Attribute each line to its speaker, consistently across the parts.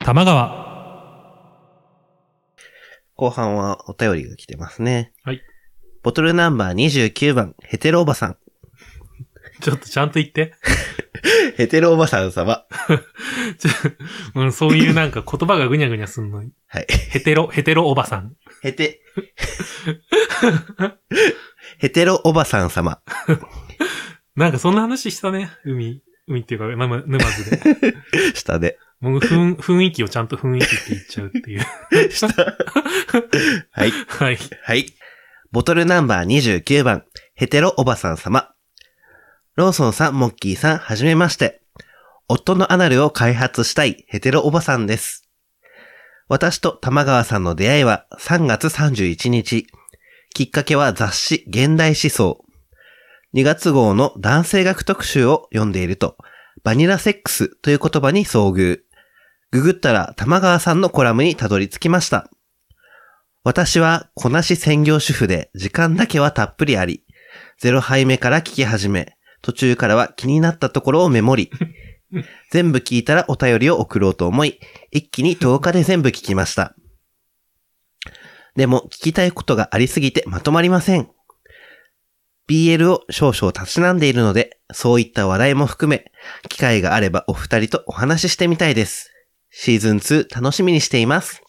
Speaker 1: 玉川。
Speaker 2: 後半はお便りが来てますね。
Speaker 1: はい。
Speaker 2: ボトルナンバー29番、ヘテロおばさん。
Speaker 1: ちょっとちゃんと言って。
Speaker 2: ヘテロおばさん様。
Speaker 1: ちょうん、そういうなんか言葉がぐにゃぐにゃすんの。
Speaker 2: はい。
Speaker 1: ヘテロ、ヘテロおばさん。
Speaker 2: ヘテ、 ヘテロおばさん様。
Speaker 1: なんかそんな話したね。海。海っていうか、まま沼津 で。
Speaker 2: 下で。
Speaker 1: もうふん雰囲気をちゃんと雰囲気って言っちゃうっていう。
Speaker 2: はい。
Speaker 1: はい。
Speaker 2: はい。ボトルナンバー29番、ヘテロおばさん様。ローソンさん、モッキーさん、はじめまして。夫のアナルを開発したいヘテロおばさんです。私と玉川さんの出会いは3月31日。きっかけは雑誌現代思想。2月号の男性学特集を読んでいると、バニラセックスという言葉に遭遇。ググったら玉川さんのコラムにたどり着きました。私はこなし専業主婦で時間だけはたっぷりあり、ゼロ杯目から聞き始め、途中からは気になったところをメモ り、全部聞いたらお便りを送ろうと思い、一気に10日で全部聞きました。でも聞きたいことがありすぎてまとまりません。BL を少々たしなんでいるので、そういった話題も含め、機会があればお二人とお話ししてみたいです。シーズン2楽しみにしています。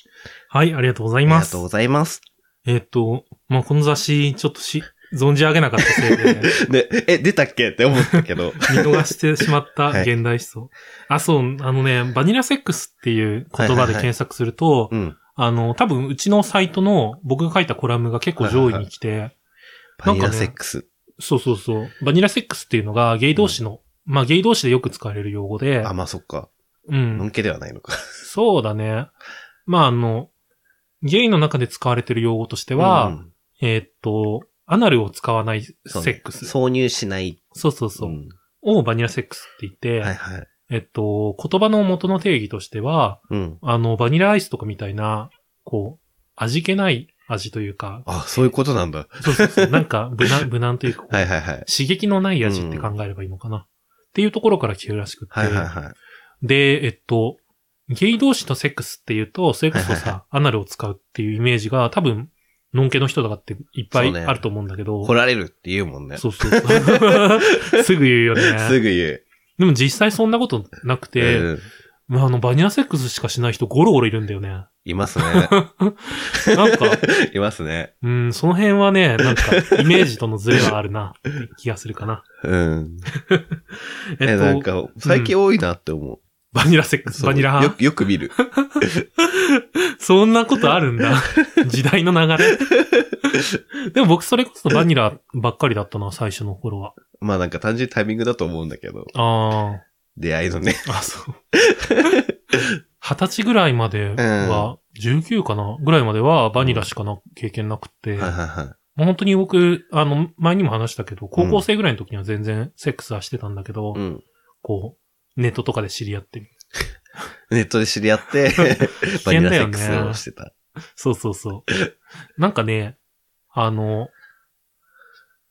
Speaker 1: はい、ありがとうござい
Speaker 2: あり
Speaker 1: ま
Speaker 2: が
Speaker 1: す
Speaker 2: とう。ございます。
Speaker 1: えっと、まあ、この雑誌、ちょっとし、存じ上げなかったせい で、
Speaker 2: で、え、出たっけって思った けど。
Speaker 1: 見逃してしまった
Speaker 2: はい
Speaker 1: 現代思想。あ、そう、あのね、バニラセックスっていう言葉で検索すると、
Speaker 2: うん。
Speaker 1: あの、多分うちのサイトの僕が書いたコラムが結構上位に来て、
Speaker 2: バニ
Speaker 1: なん
Speaker 2: ラ
Speaker 1: かね
Speaker 2: セックス。
Speaker 1: そうそうそう、バニラセックスっていうのがゲイ同士の、まあゲイ同士でよく使われる用語で
Speaker 2: あ、、まあそっか。
Speaker 1: う
Speaker 2: の
Speaker 1: ん
Speaker 2: ん、けではないのか。
Speaker 1: そうだね。まああの、ゲイの中で使われてる用語としては、
Speaker 2: うん
Speaker 1: えーっと、アナルを使わないセ
Speaker 2: そうね
Speaker 1: ックス。そう,、
Speaker 2: 挿入しない。
Speaker 1: そうそうそう、
Speaker 2: ん
Speaker 1: をバニラセックスって言って、
Speaker 2: はいはい。
Speaker 1: えっと、言葉の元の定義としては、
Speaker 2: うん。
Speaker 1: あの、バニラアイスとかみたいな、こう、味気ない味というか、
Speaker 2: あ、そういうことなんだ。
Speaker 1: そうそう そう、なんか無難、無難というか、
Speaker 2: はいはいはい。
Speaker 1: 刺激のない味って考えればいいのかな。っていうところから来てるらしくって、
Speaker 2: はいはいはい。
Speaker 1: で、えっと、ゲイ同士のセックスっていうと、それこそ
Speaker 2: はいはい
Speaker 1: さ、アナルを使うっていうイメージが多分、のんけの人とかっていっぱ
Speaker 2: そう
Speaker 1: い
Speaker 2: ね
Speaker 1: あると思うんだけど、
Speaker 2: 来られるって言うもんね。
Speaker 1: そう そうそう。すぐ言うよ
Speaker 2: す
Speaker 1: ね。
Speaker 2: ぐ言う。
Speaker 1: でも実際そんなことなくて、
Speaker 2: うん
Speaker 1: まあ、あの、バニラセックスしかしない人ゴロゴロいるんだよね。
Speaker 2: います ね。
Speaker 1: なんか、
Speaker 2: いますね。
Speaker 1: うん、その辺はね、なんか、イメージとのズレはあるな、気がするかな。
Speaker 2: うん。
Speaker 1: えっ
Speaker 2: え、
Speaker 1: と、
Speaker 2: なんか、最近多いなって思
Speaker 1: バニラセック
Speaker 2: う。
Speaker 1: ス、バニラ
Speaker 2: そうよ
Speaker 1: 派。
Speaker 2: く、よく見る。
Speaker 1: そんなことあるんだ。時代の流れ。でも僕それこそバニラばっかりだったな、最初の頃は。
Speaker 2: まあなんか単純にタイミングだと思うんだけど。
Speaker 1: あ
Speaker 2: 出会いのね。
Speaker 1: あ、あ、そう。二十歳ぐらいまでは、19かなぐらいまではバニラしかな、経験なくて。
Speaker 2: はいはいはい。
Speaker 1: もう本当に僕、あの、前にも話したけど、高校生ぐらいの時には全然セックスはしてたんだけど、
Speaker 2: うん。
Speaker 1: こう、ネットとかで知り合ってみる。
Speaker 2: ネットで知り 合って、バ
Speaker 1: 険
Speaker 2: ニ
Speaker 1: だ
Speaker 2: ラセ
Speaker 1: よね
Speaker 2: ックスをしてた。
Speaker 1: そうそうそう。なんかね、あの、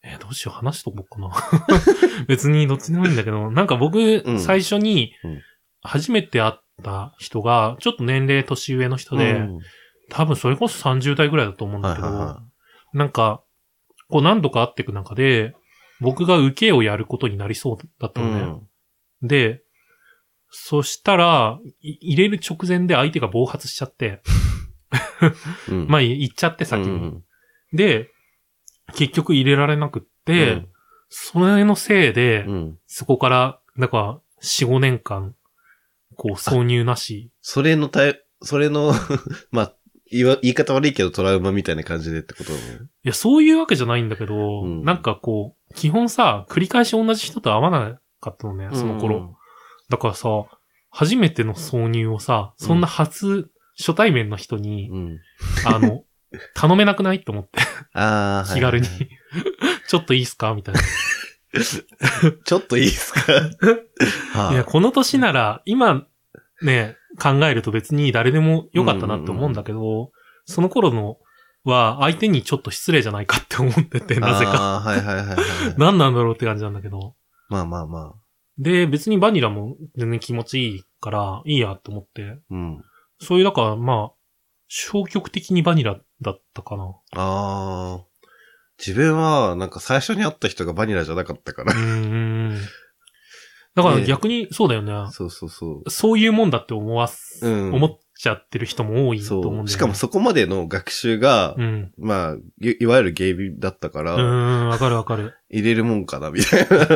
Speaker 1: えーどうしよう、話しとこうかな。 別にどっちでもいいんだけど、なんか僕
Speaker 2: う、ん
Speaker 1: 最初に
Speaker 2: うん、
Speaker 1: 初めて会った人が、ちょっと年齢年上の人で、
Speaker 2: うん
Speaker 1: 多分それこそ30代ぐらいだと思うんだけど、
Speaker 2: はいはいは
Speaker 1: なんか、こう何度か会っていく中で、僕が受けをやることになりそうだった
Speaker 2: う
Speaker 1: のね。
Speaker 2: ん。
Speaker 1: で、そしたら、い入れる直前で相手が暴発しちゃって、
Speaker 2: うん
Speaker 1: まあ、行っちゃって先に。
Speaker 2: うん
Speaker 1: で、結局入れられなくって、
Speaker 2: うん
Speaker 1: それのせいで、
Speaker 2: うん。
Speaker 1: そこから、なんか、4、5年間、こう、挿入なし。
Speaker 2: それのたい、それの、 まあ、言わ、言い方悪いけどトラウマみたいな感じでってことだもん。
Speaker 1: いや、そういうわけじゃないんだけど、
Speaker 2: うん
Speaker 1: なんかこう、基本さ、繰り返し同じ人と会わなかったのね、その頃。だからさ、初めての挿入をさ、そんな初、初対面の人に、
Speaker 2: うん。うん。
Speaker 1: あの、頼めなくないって思って、
Speaker 2: ああ、
Speaker 1: 気軽に
Speaker 2: はいはい。
Speaker 1: ちょっといいっすかみたい
Speaker 2: ちょっといいです か
Speaker 1: な。いや、
Speaker 2: は
Speaker 1: この年なら、今、ね、考えると別に誰でも良かったなって思うんだけど、その頃のは、相手にちょっと失礼じゃないかって思ってて、
Speaker 2: あ、
Speaker 1: なぜか。
Speaker 2: ああ、はいはいはい はい。
Speaker 1: 何なんだろうって感じなんだけど。
Speaker 2: まあまあまあ。
Speaker 1: で、別にバニラも全然気持ちいいから、いいやと思って。
Speaker 2: うん。
Speaker 1: そういう、だから、まあ、消極的にバニラだったかな。
Speaker 2: ああ。自分は、なんか最初に会った人がバニラじゃなかったか
Speaker 1: う
Speaker 2: ら。
Speaker 1: ーん。だから逆に、そうだよね。
Speaker 2: そうそうそ
Speaker 1: そういうもんだって思わす、
Speaker 2: う。うん。
Speaker 1: 思っちゃってる人も多いと思うんだよね。
Speaker 2: そう。しかもそこまでの学習が、
Speaker 1: うん。
Speaker 2: まあ、いいわゆるゲイビだったか
Speaker 1: う
Speaker 2: ら、
Speaker 1: ーん、わかるわかる。
Speaker 2: 入れるもんかな、みたい な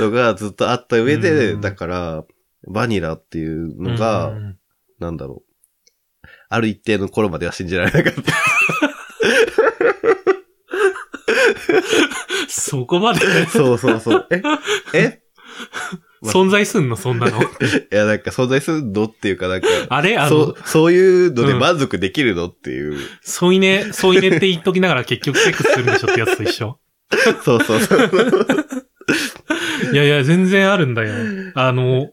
Speaker 2: のがずっとあった上で、
Speaker 1: うん
Speaker 2: だから、バニラっていうのが、
Speaker 1: うんうん
Speaker 2: なんだろう。ある一定の頃までは信じられなかった。
Speaker 1: そこまで
Speaker 2: そうそう そう。ええま
Speaker 1: 存在すんの、そんな の。
Speaker 2: いや、なんか存在するのっていうか、なんか、
Speaker 1: あれあ
Speaker 2: そ
Speaker 1: の
Speaker 2: う、、そういうので満足できるのっていう。
Speaker 1: 添い寝、添い寝って言っときながら結局セックスするんでしょってやつと一緒。
Speaker 2: そうそうそう。
Speaker 1: いやいや、全然あるんだよ。あの、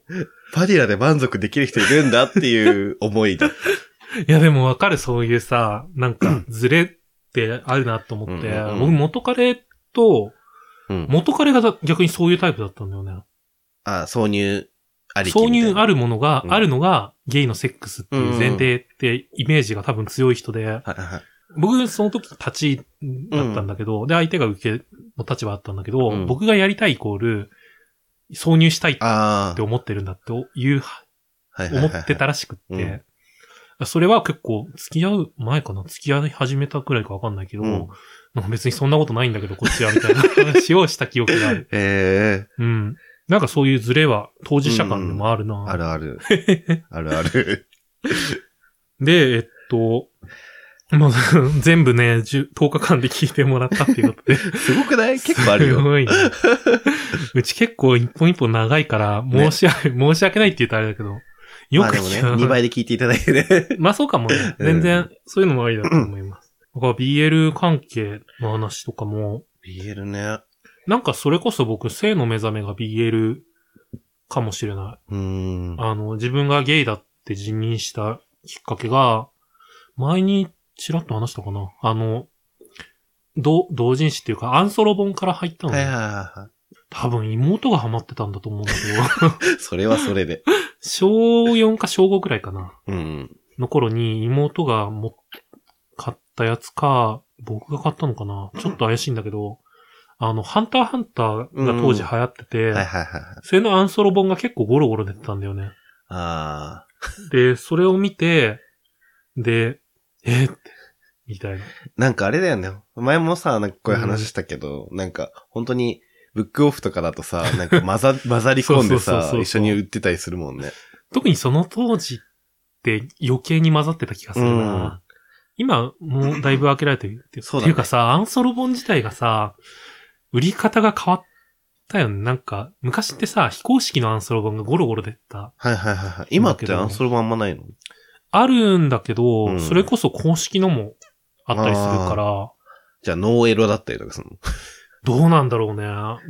Speaker 2: バニラで満足できる人いるんだっていう思いだ。
Speaker 1: いやでもわかる、そういうさ、なんか、ズレってあるなと思って、
Speaker 2: うんうんうん
Speaker 1: 僕元彼と、
Speaker 2: うん。
Speaker 1: 元彼がだ逆にそういうタイプだったんだよね。
Speaker 2: あ、挿入ありき
Speaker 1: 挿
Speaker 2: みたい
Speaker 1: 入
Speaker 2: な。
Speaker 1: あるものが、
Speaker 2: うん
Speaker 1: あるのが、ゲイのセックスっていう前提ってイメージが多分強い人で、
Speaker 2: はいはいはい。
Speaker 1: 僕その時立ちだったんだけど、で、相手が受けの立場だったんだけど、
Speaker 2: うん
Speaker 1: 僕がやりたいイコール、挿入したいっ
Speaker 2: あ
Speaker 1: て思ってるんだっていう
Speaker 2: あ。はいは
Speaker 1: 思
Speaker 2: いはいはい
Speaker 1: ってた。らしくって、
Speaker 2: うん
Speaker 1: それは結構付き合う前かな付き合い始めたくらいかわかんないけど、
Speaker 2: うん
Speaker 1: なんか別にそんなことないんだけど、こっちはみたいな話をした記憶があ る。
Speaker 2: ええ
Speaker 1: うん。なんかそういうズレは当事者間でもあるな、
Speaker 2: ある ある。あるある。
Speaker 1: で、えっと、もう 全部ね、10 10日間で聞いてもらったっていうことで。
Speaker 2: すごくない結構ある
Speaker 1: す
Speaker 2: よ。
Speaker 1: ごいねうち結構一本一本長いから、申し訳、 申し訳ないって言うとあれだけど、よ
Speaker 2: まあ
Speaker 1: く
Speaker 2: でも
Speaker 1: 聞
Speaker 2: ね、
Speaker 1: かない
Speaker 2: 2倍で聞いていただいてね。
Speaker 1: まあそうかもね。
Speaker 2: うん
Speaker 1: 全然、そういうのもありだと思います。だから BL 関係の話とかも、
Speaker 2: BL ね。
Speaker 1: なんかそれこそ僕、性の目覚めが BL かもしれない。
Speaker 2: うーん。
Speaker 1: あの、自分がゲイだって自認したきっかけが、前にちらっと話したかな。あの、同同人誌っていうか、アンソロ本から入ったの
Speaker 2: はいはい
Speaker 1: ね。
Speaker 2: は
Speaker 1: 多分妹がハマってたんだと思うんだけど、
Speaker 2: いはい。それはそれで。
Speaker 1: 小4か小5くらいかな。
Speaker 2: うん。
Speaker 1: の頃に妹がもっ買ったやつか、僕が買ったのかなちょっと怪しいんだけど、あの、ハンターハンターが当時流行ってて、
Speaker 2: はいはいはい。
Speaker 1: それのアンソロ本が結構ゴロゴロ出てたんだよね。
Speaker 2: ああ。
Speaker 1: で、それを見て、で、えーって、みたいな。
Speaker 2: なんかあれだよね。前もさ、なんかこういう話したけど、なんか本当に、ブックオフとかだとさ、なんか 混ざ、混ざり込ん
Speaker 1: そうそ
Speaker 2: で
Speaker 1: うそう
Speaker 2: さ
Speaker 1: そ、う
Speaker 2: 一緒に売ってたりするもんね。
Speaker 1: 特にその当時って余計に混ざってた気がするな。今、もうだいぶ分けられてるって。
Speaker 2: そうだね
Speaker 1: っていうかさ、アンソロ本自体がさ、売り方が変わったよね。なんか、昔ってさ、非公式のアンソロ本がゴロゴロ出てた。
Speaker 2: はいはいはいはい。今ってあそれもあんまないの
Speaker 1: あるんだけど、
Speaker 2: うん
Speaker 1: それこそ公式のもあったりするから、
Speaker 2: じゃあ、ノーエロだったりとかするの
Speaker 1: どうなんだろうね。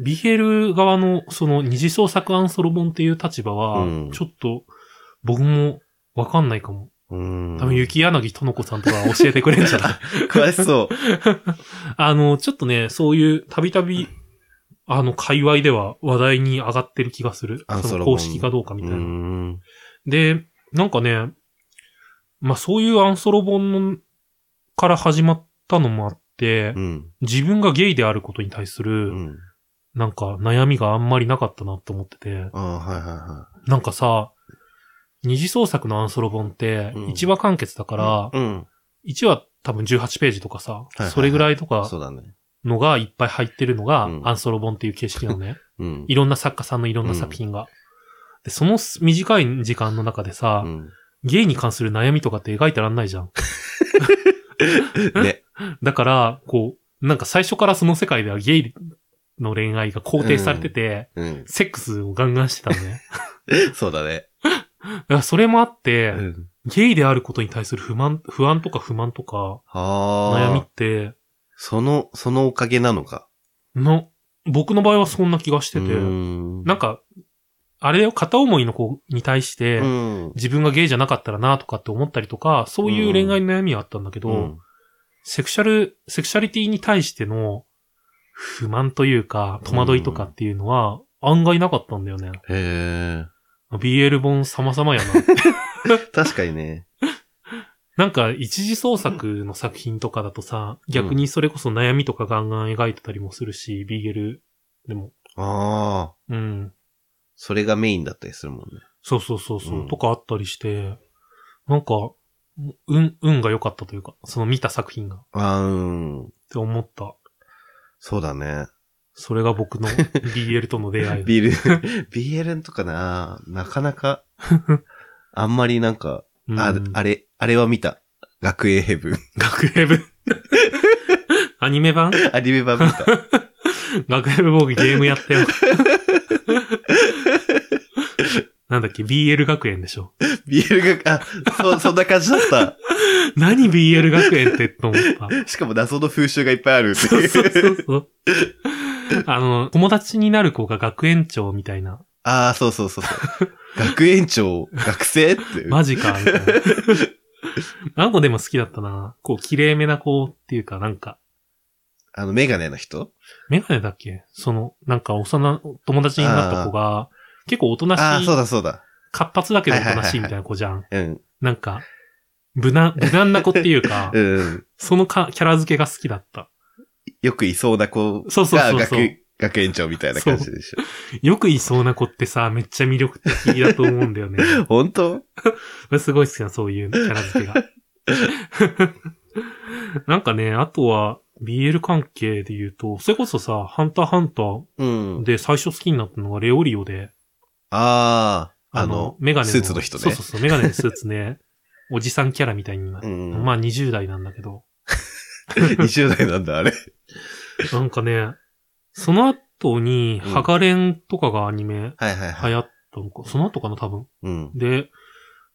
Speaker 1: BL 側のその二次創作アンソロ本っていう立場は
Speaker 2: うん、
Speaker 1: ちょっと僕もわかんないかも。
Speaker 2: うん。
Speaker 1: 多分、雪柳との子さんとか教えてくれんじゃない
Speaker 2: 詳しそう。
Speaker 1: あの、ちょっとね、そういう、たびたび、あの、界隈では話題に上がってる気がする。
Speaker 2: あ
Speaker 1: そ
Speaker 2: そ
Speaker 1: の
Speaker 2: の
Speaker 1: 公式かどう かみたいうな。
Speaker 2: ん。
Speaker 1: で、なんかね、まあそういうアンソロ本のから始まったのもあって
Speaker 2: う、ん。
Speaker 1: 自分がゲイであることに対す
Speaker 2: う
Speaker 1: る、
Speaker 2: ん。
Speaker 1: なんか悩みがあんまりなかったなと思ってて、
Speaker 2: ああ、はいはいは
Speaker 1: なんかさ、二次創作のアンソロ本って、
Speaker 2: うん
Speaker 1: 1話完結だ
Speaker 2: い。
Speaker 1: から、
Speaker 2: うん。
Speaker 1: 1話多分18ページとかさ、
Speaker 2: いはい
Speaker 1: それぐらいとか
Speaker 2: そうだね。
Speaker 1: のがいっぱい入ってるのが
Speaker 2: う、ん
Speaker 1: アンソロ本っていう形式なの ね。
Speaker 2: うん。
Speaker 1: いろんな作家さんのいろんな作品が。で、その短い時間の中でさ、
Speaker 2: うん
Speaker 1: ゲイに関する悩みとかって描いてらんないじゃん。
Speaker 2: ね。
Speaker 1: だから、こう、なんか最初からその世界ではゲイの恋愛が肯定されてて、
Speaker 2: うん。
Speaker 1: セックスをガンガンしてたの ね。
Speaker 2: そうだね。
Speaker 1: だからそれもあって、
Speaker 2: うん。
Speaker 1: ゲイであることに対する不満、不安とか不満とか、
Speaker 2: ああ。
Speaker 1: 悩みって、
Speaker 2: その、そのおかげなのか。
Speaker 1: の、僕の場合はそんな気がしてて、
Speaker 2: うん
Speaker 1: なんか、あれを片思いの子に対して、
Speaker 2: うん。
Speaker 1: 自分がゲイじゃなかったらなとかって思ったりとか、そういう恋愛の悩みはあったんだけど、
Speaker 2: うん
Speaker 1: セクシャル、セクシャリティに対しての不満というか、戸惑いとかっていうのは案外なかったんだよね。
Speaker 2: へえ。
Speaker 1: BL 本様々やな。
Speaker 2: 確かにね。
Speaker 1: なんか一時創作の作品とかだとさ、逆にそれこそ悩みとかガンガン描いてたりもするし、ビーゲルでも。
Speaker 2: ああ。
Speaker 1: うん。
Speaker 2: それがメインだったりするもんね。
Speaker 1: そうそうそうそう、
Speaker 2: うん
Speaker 1: とかあったりして、なんか、運、運が良かったというか、その見た作品が、っ
Speaker 2: あーうん。
Speaker 1: て思った。
Speaker 2: そうだね。
Speaker 1: それが僕の BL との出会い。
Speaker 2: ビール、BL とかな、なか なか、あんまりなんか、あ
Speaker 1: うん、
Speaker 2: あれ、あれは見た。学園ヘブン。
Speaker 1: 学園部。 アニメ版
Speaker 2: アニメ版見た。
Speaker 1: 学園部僕ゲームやったよ。なんだっけ ?BL 学園でしょ。
Speaker 2: BL が、あ、そ、そんな感じだっ
Speaker 1: 何 BL 学園ってと思った。
Speaker 2: た。しかも謎の風習がいっぱいあるって
Speaker 1: そ
Speaker 2: いう
Speaker 1: そうそう
Speaker 2: う。
Speaker 1: そう。あの、友達になる子が学園長みたいな。
Speaker 2: ああ、そうそうそう そう。学園長、学生っていう。
Speaker 1: マジか、みたいな。あの子でも好きだったな。こう、綺麗めな子っていうか、なんか、
Speaker 2: あの、メガネの人
Speaker 1: メガネだっけその、なんか幼、友達になった子が、結構おとな
Speaker 2: ああ、
Speaker 1: し
Speaker 2: そう
Speaker 1: い、
Speaker 2: だそうだ。
Speaker 1: 活発だけどおとなしいみたいな子じゃん。
Speaker 2: うん。
Speaker 1: なんか、無難、無難な子っていうか
Speaker 2: う、ん。
Speaker 1: そのかキャラ付けが好きだった。
Speaker 2: よくいそうな子
Speaker 1: そうそう
Speaker 2: が
Speaker 1: そうそう
Speaker 2: 学、学園長みたいな感じでしょ。
Speaker 1: よくいそうな子ってさ、めっちゃ魅力的だと思うんだ よね。
Speaker 2: 本当
Speaker 1: 俺すごい好きな、そういうキャラ付けが。 なんかね、あとは、BL 関係で言うと、それこそさ、ハンターハンター
Speaker 2: うん。
Speaker 1: で最初好きになったのがレオリオで、
Speaker 2: ああ、
Speaker 1: あ
Speaker 2: あ
Speaker 1: の、
Speaker 2: の、
Speaker 1: メガネの。
Speaker 2: スーツの人ね
Speaker 1: そうそうそう、メガネのスーツ ね。おじさんキャラみたいにな
Speaker 2: う
Speaker 1: る。
Speaker 2: ん。
Speaker 1: まあ20代なんだけど。
Speaker 2: 20代なんだ、あれ。
Speaker 1: なんかね、その後に、
Speaker 2: うん
Speaker 1: ハガレンとかがアニメ
Speaker 2: はいはい
Speaker 1: 流
Speaker 2: はい。
Speaker 1: 行ったのか、その後かな、多分。
Speaker 2: うん。
Speaker 1: で、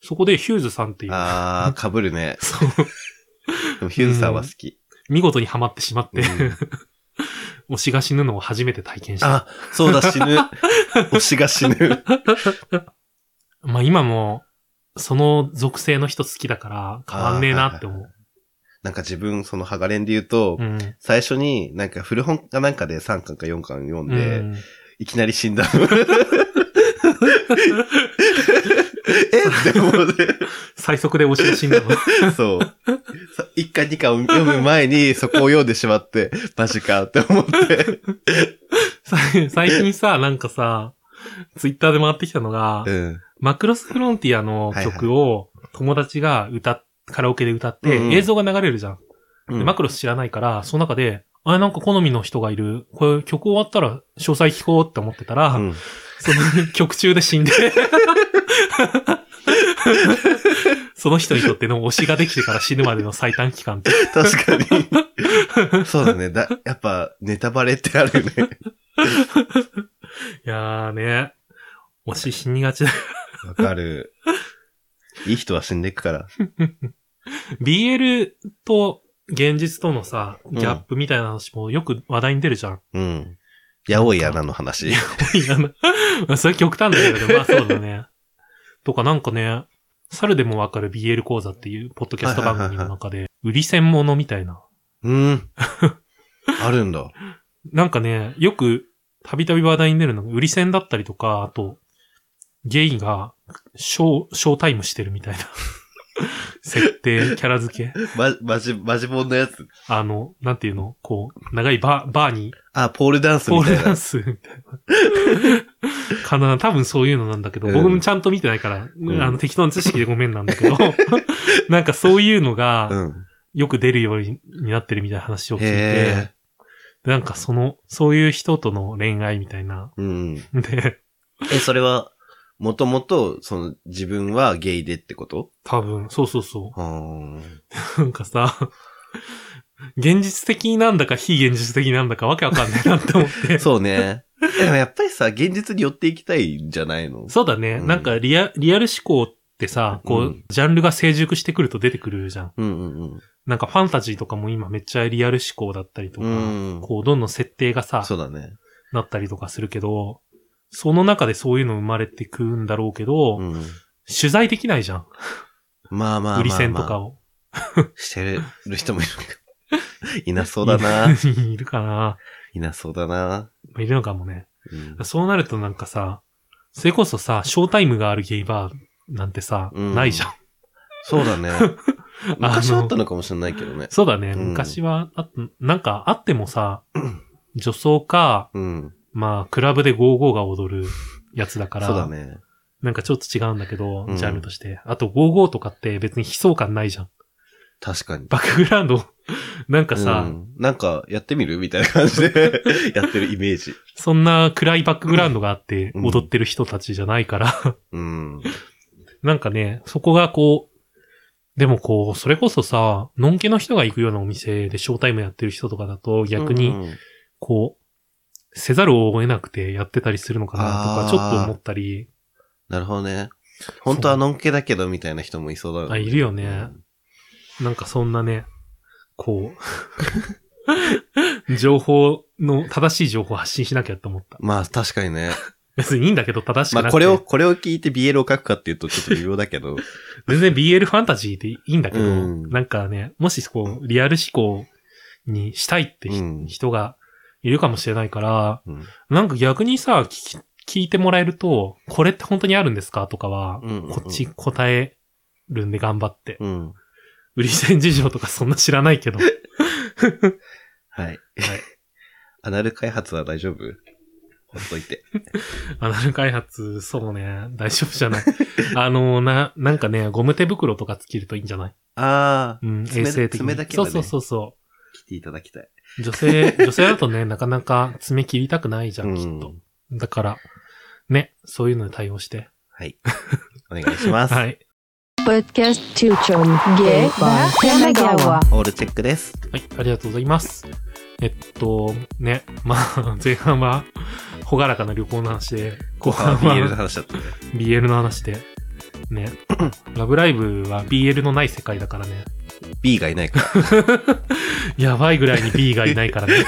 Speaker 1: そこでヒューズさんっていう、
Speaker 2: ああ、被るね。
Speaker 1: そう、
Speaker 2: でもヒュンさんは好き。
Speaker 1: 見事にハマってしまって、
Speaker 2: うん
Speaker 1: 推しが死ぬのを初めて体験した。
Speaker 2: あ、そうだ、死ぬ。推しが死ぬ。
Speaker 1: まあ今も、その属性の人好きだから、変わんねえなって思う。
Speaker 2: なんか自分、そのハガレンで言うと、
Speaker 1: うん。
Speaker 2: 最初になんか古本かなんかで3巻か4巻読ん
Speaker 1: う
Speaker 2: で、
Speaker 1: ん。
Speaker 2: いきなり死んだ。 えって思う
Speaker 1: 最速で推しが死んだの。
Speaker 2: ね。そう。さ一巻二巻を読む前にそこを読んでしまって、マジかって思って。
Speaker 1: さ 最近さ、なんかさ、ツイッターで回ってきたのが、
Speaker 2: うん。
Speaker 1: マクロスフロンティアの曲を友達が歌っ、カラオケで歌っ
Speaker 2: うんうん
Speaker 1: て、映像が流れるじゃん。
Speaker 2: う
Speaker 1: で
Speaker 2: ん
Speaker 1: マクロス知らないから、その中で、あ、なんか好みの人がいる。これ曲終わったら詳細聞こうって思ってたら、
Speaker 2: うん
Speaker 1: その曲中で死んで、 その人にとっての推しができてから死ぬまでの最短期間って。
Speaker 2: 確かに。そうだね。だ、やっぱ、ネタバレってあるね。
Speaker 1: いやーね、推し死にがちだ。
Speaker 2: わかる。いい人は死んでいくから。
Speaker 1: BL と現実とのさ、
Speaker 2: ん
Speaker 1: ギャップみたいな話もよく話題に出るじゃん。
Speaker 2: うん。やおいやなの話。
Speaker 1: いやまあそれ極端だけど、まあそうだね。とかなんかね、猿でもわかる BL 講座っていうポッドキャスト番組の中で、売り専門のみたいな。
Speaker 2: うん。あるんだ。
Speaker 1: なんかね、よくたびたび話題に出るのが、売り線だったりとか、あと、ゲイがショー、ショータイムしてるみたいな。設定、キャラ付け。
Speaker 2: ま、まじ、まじぼんのやつ。
Speaker 1: あの、なんていうのこう、長いバー、バーに、
Speaker 2: あ、ポールダンス
Speaker 1: ポ
Speaker 2: み
Speaker 1: ー
Speaker 2: た
Speaker 1: ル
Speaker 2: い
Speaker 1: ダ
Speaker 2: な
Speaker 1: ン。スみたいな。かな多分そういうのなんだけど、
Speaker 2: うん
Speaker 1: 僕もちゃんと見てないから、
Speaker 2: ん
Speaker 1: あの、適当な知識でごめんなんだけ ど、なんかそういうの
Speaker 2: う
Speaker 1: が、
Speaker 2: ん。
Speaker 1: よく出るようになってるみたいな話を聞いて
Speaker 2: へ、
Speaker 1: でなんかその、そういう人との恋愛みたいな。
Speaker 2: え。うん。
Speaker 1: で、
Speaker 2: え、それは、もともと、その、自分はゲイでってこと
Speaker 1: 多分、そうそうそ
Speaker 2: あー
Speaker 1: う。なんかさ、現実的なんだか非現実的なんだかわけわかんないなって思って。
Speaker 2: そうね。でもやっぱりさ、現実に寄っていきたいんじゃないの
Speaker 1: そうだね。
Speaker 2: うん
Speaker 1: なんかリア、リアル思考ってさ、こう、
Speaker 2: うん
Speaker 1: ジャンルが成熟してくると出てくるじゃん。
Speaker 2: うんうん
Speaker 1: なんかファンタジーとかも今めっちゃリアル思考だったりと
Speaker 2: う
Speaker 1: か、
Speaker 2: ん。うん。
Speaker 1: こう、どんどん設定がさ、
Speaker 2: そうだね。
Speaker 1: なったりとかするけど、その中でそういうの生まれてくんだろうけど、
Speaker 2: うん。
Speaker 1: 取材できないじゃん。
Speaker 2: まあまあまあ、まあ。
Speaker 1: 売り線とかを。
Speaker 2: してる人も いるのか。いなそうだな。
Speaker 1: いるかない
Speaker 2: なそうだな。
Speaker 1: まあいるのかもね。
Speaker 2: うん
Speaker 1: そうなるとなんかさ、それこそさ、ショータイムがあるゲイバーなんてさ、
Speaker 2: うん
Speaker 1: ないじゃん。
Speaker 2: そうだね。 昔はあったのかもしれないけどね。
Speaker 1: そうだね。
Speaker 2: うん
Speaker 1: 昔は、あなんかあっても さ、女装か、
Speaker 2: うん。
Speaker 1: まあ、クラブで55が踊るやつだから、
Speaker 2: そうだね。
Speaker 1: なんかちょっと違うんだけど、
Speaker 2: うん
Speaker 1: ジャンルとして。あと、55とかって別に悲壮感ないじゃん。
Speaker 2: 確かに。
Speaker 1: バックグラウンド、 なんかさ、
Speaker 2: うんなんか、やってみるみたいな感じ で、やってるイメージ。
Speaker 1: そんな暗いバックグラウンドがあって
Speaker 2: うん
Speaker 1: 踊ってる人たちじゃないから、
Speaker 2: うん。
Speaker 1: なんかね、そこがこう、でもこう、それこそさ、のんけの人が行くようなお店でショータイムやってる人とかだと逆
Speaker 2: う
Speaker 1: に、
Speaker 2: ん
Speaker 1: こう、せざるを得なくてやってたりするのかな
Speaker 2: あ
Speaker 1: とか、
Speaker 2: ー
Speaker 1: ちょっと思ったり、
Speaker 2: なるほどね。本当はのんけだけど、みたいな人もいそうだよね。
Speaker 1: あいるよねなんかそんなね、こう、 情報の、正しい情報を発信しなきゃと思った。
Speaker 2: まあ、確かにね。
Speaker 1: 別にいいんだけど正しくなくて、
Speaker 2: まあ、これを、これを聞いて BL を書くかっていうと、ちょっと微妙だけど。
Speaker 1: 全然 BL ファンタジーでいいんだけど、
Speaker 2: うん
Speaker 1: なんかね、もしこう、リアル思考にしたいってひ、
Speaker 2: うん
Speaker 1: 人がいるかもしれないから、
Speaker 2: うん。
Speaker 1: なんか逆にさ、聞き、聞いてもらえると、これって本当にあるんですかとかは、
Speaker 2: うんうんうん
Speaker 1: こっち答えるんで頑張って。
Speaker 2: うん。
Speaker 1: 売り線事情とかそんな知らないけど。
Speaker 2: はい。 アナル開発は大丈夫ほっといて。
Speaker 1: アナル開発、そうね、大丈夫じゃない。 あの、な、なんかね、ゴム手袋とかつけるといいんじゃない
Speaker 2: ああ、
Speaker 1: うん、衛
Speaker 2: 爪
Speaker 1: 生的に。
Speaker 2: 爪だけはね
Speaker 1: そうそうそうそう。
Speaker 2: 来ていただきたい。
Speaker 1: 女性、 女性だとね、なかなか爪切りたくないじゃん、きっと。だから、ね、そういうのに対応して。
Speaker 2: はい。お願いします。
Speaker 1: はい。
Speaker 3: Podcast Tuchon Gay by Kanagawa.
Speaker 2: オールチェックです。
Speaker 1: はい、ありがとうございます。えっと、ね、まあ、 前半は、ほがらかな旅行の話で、後半
Speaker 2: あ、BL の
Speaker 1: は
Speaker 2: 話だったね。
Speaker 1: BL の話で、 ね、ラブライブは BL のない世界だからね、
Speaker 2: B がいないから。
Speaker 1: やばいぐらいに B がいないからね、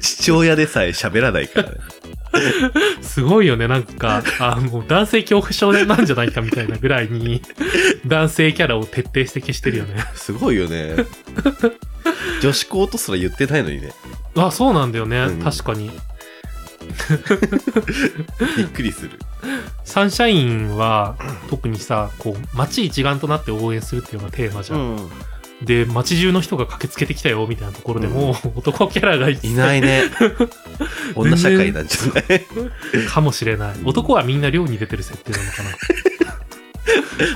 Speaker 2: 父親でさえ喋らないからね。
Speaker 1: すごいよね、なんか、あもう男性恐怖症なんじゃないかみたいなぐらい に、男性キャラを徹底して消してるよね。
Speaker 2: すごい よね。女子校とすら言ってないのにね。
Speaker 1: あ、そうなんだよね。
Speaker 2: うん
Speaker 1: 確かに。
Speaker 2: びっくりする。
Speaker 1: サンシャインは、特にさ、こう、街一丸となって応援するっていうのがテーマじゃん。
Speaker 2: ん。
Speaker 1: で、街中の人が駆けつけてきたよ、みたいなところでも、男キャラがい
Speaker 2: いないね。 女社会なんじゃない
Speaker 1: かもしれない。男はみんな寮に出てる設定なの かな。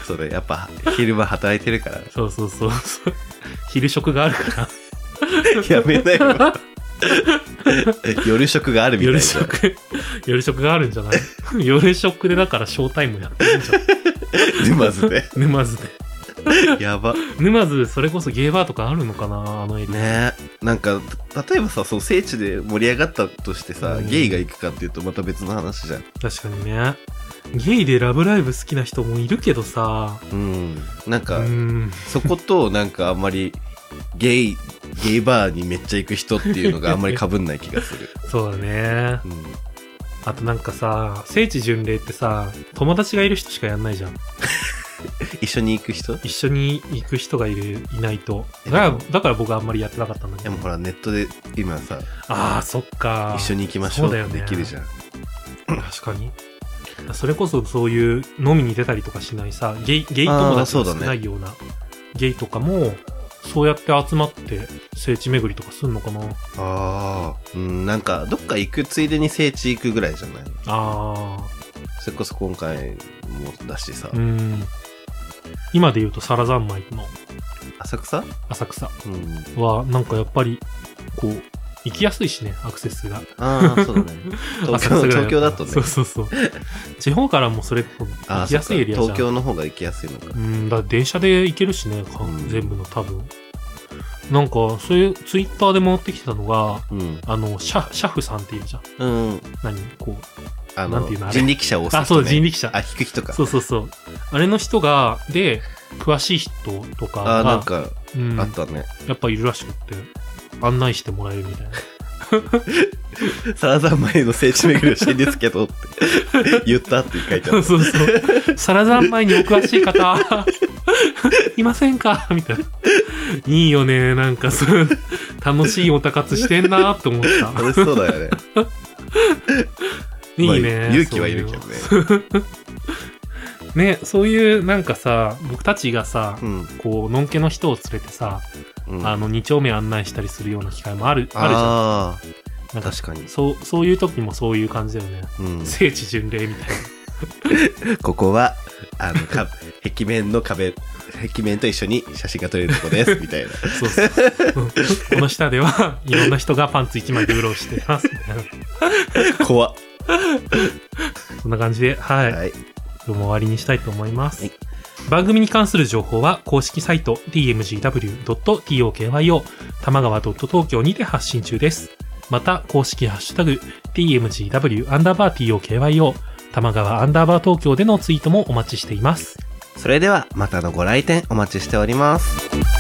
Speaker 2: それ、やっぱ、昼間働いてるから。
Speaker 1: そうそうそうそう。昼食がある から、
Speaker 2: やめなよ。夜食があるみたいな
Speaker 1: 夜。食、夜食があるんじゃない夜食でだからショータイムやってるんじゃん。
Speaker 2: 沼津で。
Speaker 1: 沼津で。
Speaker 2: やば。
Speaker 1: 沼津、それこそゲーバーとかあるのかなあのエリア。
Speaker 2: ねえ。なんか、例えばさ、その聖地で盛り上がったとしてさ、
Speaker 1: うん
Speaker 2: ゲイが行くかっていうとまた別の話じゃん。
Speaker 1: 確かにね。ゲイでラブライブ好きな人もいるけどさ、
Speaker 2: うん。なんか、
Speaker 1: うん。
Speaker 2: そこと、なんかあんまり、ゲイ、ゲイバーにめっちゃ行く人っていうのがあんまり被んない気がする。
Speaker 1: そうだね。
Speaker 2: うん。
Speaker 1: あとなんかさ、聖地巡礼ってさ、友達がいる人しかやんないじゃん。
Speaker 2: 一緒に行く人
Speaker 1: 一緒に行く人がいる、いないと。だから、だから僕はあんまりやってなかったんだけ
Speaker 2: で
Speaker 1: ど
Speaker 2: も。ほら、ネットで今さ、
Speaker 1: ああ、そっか。
Speaker 2: 一緒に行きましょう
Speaker 1: そうだ
Speaker 2: っ
Speaker 1: よ
Speaker 2: て
Speaker 1: ね
Speaker 2: できるじゃん。
Speaker 1: 確かに。それこそそういう飲みに出たりとかしないさ、ゲイ、ゲイ友
Speaker 2: あー
Speaker 1: 達
Speaker 2: そう
Speaker 1: が
Speaker 2: だ
Speaker 1: 少
Speaker 2: ね
Speaker 1: ないようなゲイとかも、そうやって集まって聖地巡りとかすんのかな
Speaker 2: ああ。うん、なんか、どっか行くついでに聖地行くぐらいじゃない
Speaker 1: ああ。
Speaker 2: それこそ今回もだしさ、
Speaker 1: うん。今で言うと、皿三昧の
Speaker 2: 浅草
Speaker 1: 浅草
Speaker 2: うん。
Speaker 1: は、なんかやっぱり、こう、行きやすいしね、アクセスが。
Speaker 2: あ あ、そうだね。東
Speaker 1: 浅草ぐら
Speaker 2: 京
Speaker 1: い
Speaker 2: 東京だとね
Speaker 1: そう。そうそう。地方からもそれ、
Speaker 2: あ
Speaker 1: 行
Speaker 2: あ
Speaker 1: きやすいエリアじゃん。
Speaker 2: そっか東京の方が行きやすいのか。
Speaker 1: うん、だから電車で行けるしね、か
Speaker 2: うん
Speaker 1: 全部の多分。なんか、そういう、ツイッターで回ってきてたのが、
Speaker 2: うん。
Speaker 1: あの、シャシャフさんっているじゃん。
Speaker 2: うん。
Speaker 1: 何こ
Speaker 2: あ
Speaker 1: なん
Speaker 2: の
Speaker 1: ていうのあれ
Speaker 2: 人力車を
Speaker 1: う。
Speaker 2: 押す人、ね。
Speaker 1: あ、そう、人力車
Speaker 2: あ、。引く人か。
Speaker 1: そうそうそう。あれの人が、で、詳しい人とかが、
Speaker 2: ああ、なんか、
Speaker 1: うん
Speaker 2: あったね。
Speaker 1: やっぱいるらしくって、案内してもらえるみたいな。
Speaker 2: サラザン前の聖地巡りをしてんですけどって言ったって書 いてあ
Speaker 1: そうそう
Speaker 2: る。
Speaker 1: そう。サラザン前にお詳しい方、 いませんかみたいな。いいよね、なんかそう、楽しいオタ活してんなって思った。
Speaker 2: 楽しそうだ よね。
Speaker 1: いい
Speaker 2: ま
Speaker 1: ね。
Speaker 2: あ勇気はいるけどね
Speaker 1: そういうの。ね、そういうなんかさ、僕たちがさ
Speaker 2: う、ん。
Speaker 1: こう、のんけの人を連れてさ、
Speaker 2: うん。
Speaker 1: あの、二丁目案内したりするような機会もある、あるじゃん。な
Speaker 2: ああ、
Speaker 1: んか、
Speaker 2: 確かに。
Speaker 1: そう、そういう時もそういう感じだ よね。
Speaker 2: うん。
Speaker 1: 聖地巡礼みたいな。
Speaker 2: ここは、あの、か 壁面の壁、壁面と一緒に写真が撮れるとこです、みたいな。
Speaker 1: そうそう。 うんこの下では、いろんな人がパンツ一枚でうろうしてます、みたいな。
Speaker 2: 怖っ。
Speaker 1: そんな感じで、はい。
Speaker 2: はい。
Speaker 1: 今日も終わりにしたいと思います。
Speaker 2: はい
Speaker 1: 番組に関する情報は公式サイト tmgw.tokyo 玉川 .tokyo にて発信中です。また、公式ハッシュタグ tmgw アンダーバー tokyo 玉川アンダーバー東京でのツイートもお待ちしています。
Speaker 2: それでは、またのご来店お待ちしております。